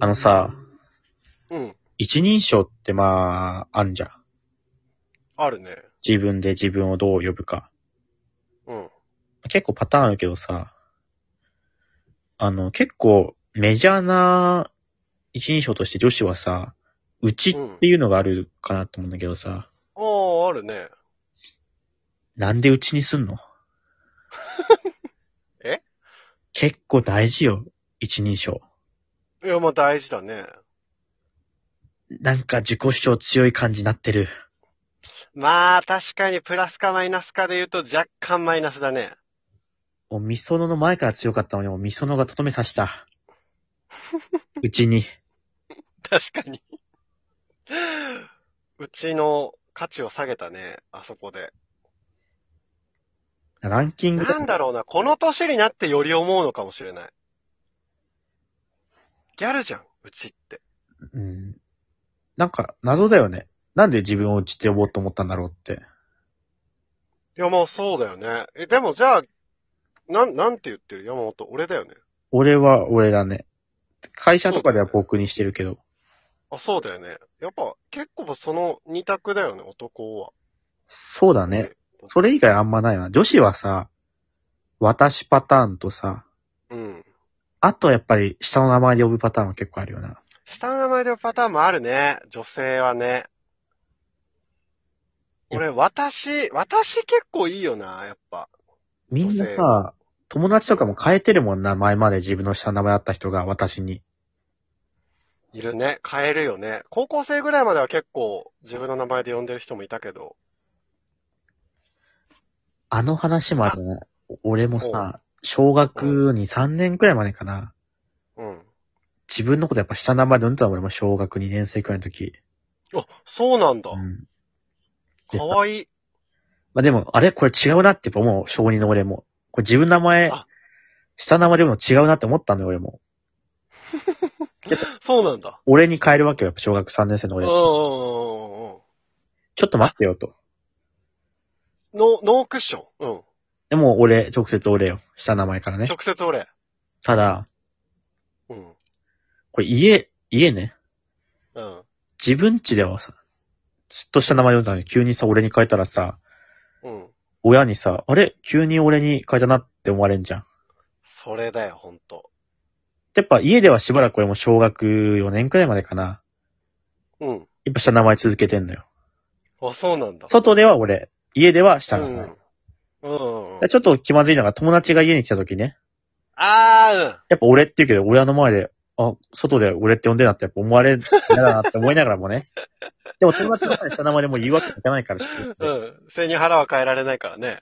あのさ、うん。一人称ってまあ、あんじゃん。あるね。自分で自分をどう呼ぶか。うん。結構パターンあるけどさ、あの、結構メジャーな一人称として女子はさ、うちっていうのがあるかなと思うんだけどさ、ああ、あるね。なんでうちにすんのえ結構大事よ、一人称。いや、まあ大事だね。なんか自己主張強い感じになってる。まあ、確かにプラスかマイナスかで言うと若干マイナスだね。もう、ミソノの前から強かったのに、もうミソノがとどめさした。うちに。確かに。 うちの価値を下げたね、あそこで。ランキングでなんだろうな、この年になってより思うのかもしれない。ギャルじゃん、うちって。うん。なんか、謎だよね。なんで自分をうちって呼ぼうと思ったんだろうって。いや、まあそうだよね。え、でもじゃあ、なん、なんて言ってる山本、俺だよね。俺は俺だね。会社とかでは僕にしてるけど。あ、そうだよね。やっぱ、結構その二択だよね、男は。そうだね。。それ以外あんまないな。女子はさ、私パターンとさ、うん。あとやっぱり下の名前で呼ぶパターンは結構あるよな。下の名前で呼ぶパターンもあるね。女性はね。俺、私、私結構いいよな、やっぱ。みんな女性さ、友達とかも変えてるもんな、前まで自分の下の名前だった人が私に。いるね。変えるよね。高校生ぐらいまでは結構自分の名前で呼んでる人もいたけど。あの話もあるね。俺もさ、小学に3年くらいまでかな。うん。自分のことやっぱ下の名前で呼んでたの俺も小学2年生くらいの時。あ、そうなんだう。ん。でかさわいい。まあでも、あれこれ違うなってやっぱ思う、小2の俺も。これ自分の名前あ、下の名前で呼ぶの違うなって思ったんだよ、俺も。そうなんだ。俺に変えるわけよ、やっぱ小学3年生のう俺。んうちんょうんうんうん。っと待ってよ、と。ノー、ノークッション。うん。でも俺、直接俺よ。下の名前からね。直接俺。ただ、うん。これ家、家ね。うん。自分家ではさ、ずっと下の名前呼んだのに急にさ、俺に変えたらさ、うん。親にさ、あれ急に俺に変えたなって思われんじゃん。それだよ、ほんと。やっぱ家ではしばらく俺も小学4年くらいまでかな。うん。やっぱ下の名前続けてんのよ。あ、そうなんだ。外では俺、家では下うの名前。ん。うんうんうんで。ちょっと気まずいのが友達が家に来た時ね。あー、うん。やっぱ俺って言うけど、親の前で、あ、外で俺って呼んでるなってやっぱ思われる、嫌だなって思いながら もね。でも友達の前で下の名前でもう言うわけにいかないから。うん。背に腹は変えられないからね。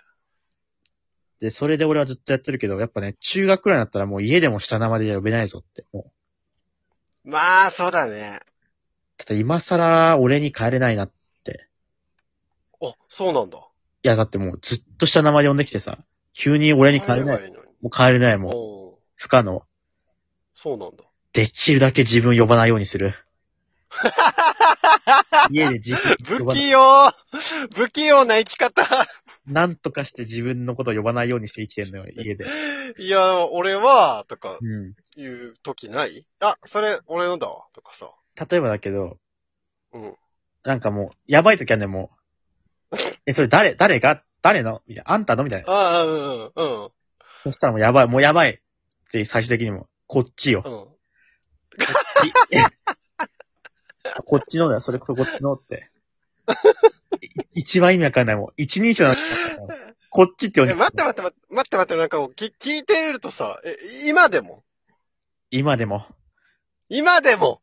で、それで俺はずっとやってるけど、やっぱね、中学くらいになったらもう家でも下の名前で呼べないぞって。もうまあ、そうだね。ただ今更俺に帰れないなって。あ、そうなんだ。いや、だってもうずっと下の名前で呼んできてさ、急に俺に帰れない。いいのに。もう帰れない、もう。おー不可能。そうなんだ。できるだけ自分呼ばないように する。家で自分呼不ばない。器用 不器用な生き方 なんとかして自分のことを呼ばないようにして生きてんのよ、家で。いや、俺は、とかうん。言う時ないあ、それ、俺のだわ、とかさ。例えばだけど、うん。なんかもう、やばい時はね、もう、え、それ誰、誰が、誰のみたいな、あんたのみたいな。ああ、うん、うん、うん。そしたらもうやばい、もうやばいって最終的にも、こっちよ。こうんっちこっちのだよ、それこそこっちのって。い一番意味わかんないもん。一人称なんだからこっちって呼んえ、で待って待って待って、待って待って、なんかこうき聞いてるとさ、え、今でも今でも。今でも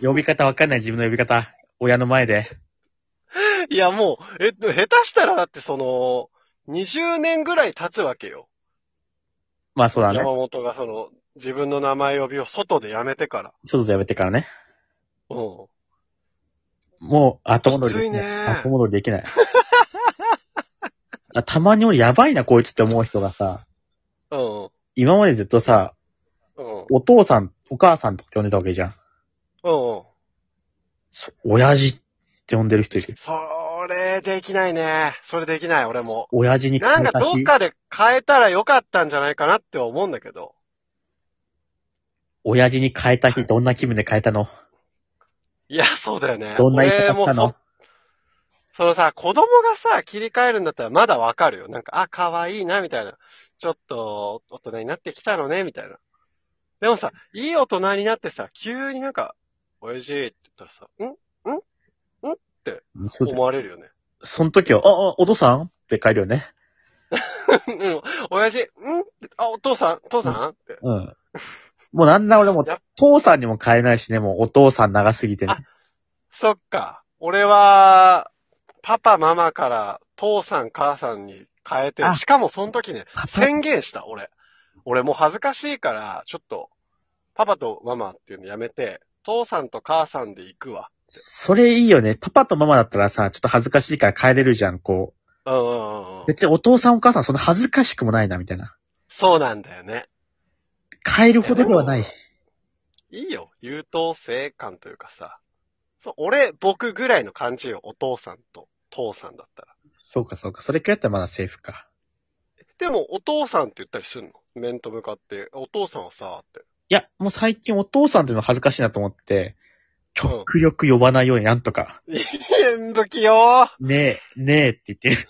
呼び方わかんない自分の呼び方。親の前で。いや、もう、えっと、下手したらだってその、20年ぐらい経つわけよ。まあそうだね。山本がその、自分の名前呼びを外でやめてから。ちょっとやめてからね。うん。もう後戻りでききついない。ね後戻りできない。 あたまに俺やばいなこいつって思う人がさ、うん。今までずっとさ、うん。お父さん、お母さんとかって呼んでたわけじゃん。うん。そ親父って呼んでる人いる。それ、できないね。それできない、俺も。親父になんかどっかで変えたらよかったんじゃないかなって思うんだけど。親父に変えた日、どんな気分で変えたのいや、そうだよね。どんな言い方した俺ものそそのさ、子供がさ、切り替えるんだったらまだわかるよ。なんか、あ、可愛いな、みたいな。ちょっと、大人になってきたのね、みたいな。でもさ、いい大人になってさ、急になんか、美味しいって言ったらさ、んうんそうじゃん思われるよね。その時は、あ、あ、お父さんって変えるよね。うん、親父、んってあ、お父さん、父さんって。うん。 もうなんな俺もやっ、父さんにも変えないしね、もうお父さん長すぎてねあ。そっか。俺は、パパ、ママから、父さん、母さんに変えてあ、しかもその時ね、パパ宣言した、俺。俺もう恥ずかしいから、ちょっと、パパとママっていうのやめて、父さんと母さんで行くわ。それいいよね。パパとママだったらさ、ちょっと恥ずかしいから変えれるじゃん、こう。うんうんうんうん。別にお父さんお母さんそんな恥ずかしくもないな、みたいな。そうなんだよね。変えるほどではない。いいよ。優等生感というかさ。そう、俺、僕ぐらいの感じよ。お父さんと父さんだったら。そうか、そうか。それくらいだったらまだセーフか。でも、お父さんって言ったりするの面と向かって。お父さんはさ、って。 いや、もう最近お父さんっていうのは恥ずかしいなと思って、極力呼ばないようになんとか、いいんどきよねえ、ねえって言ってる。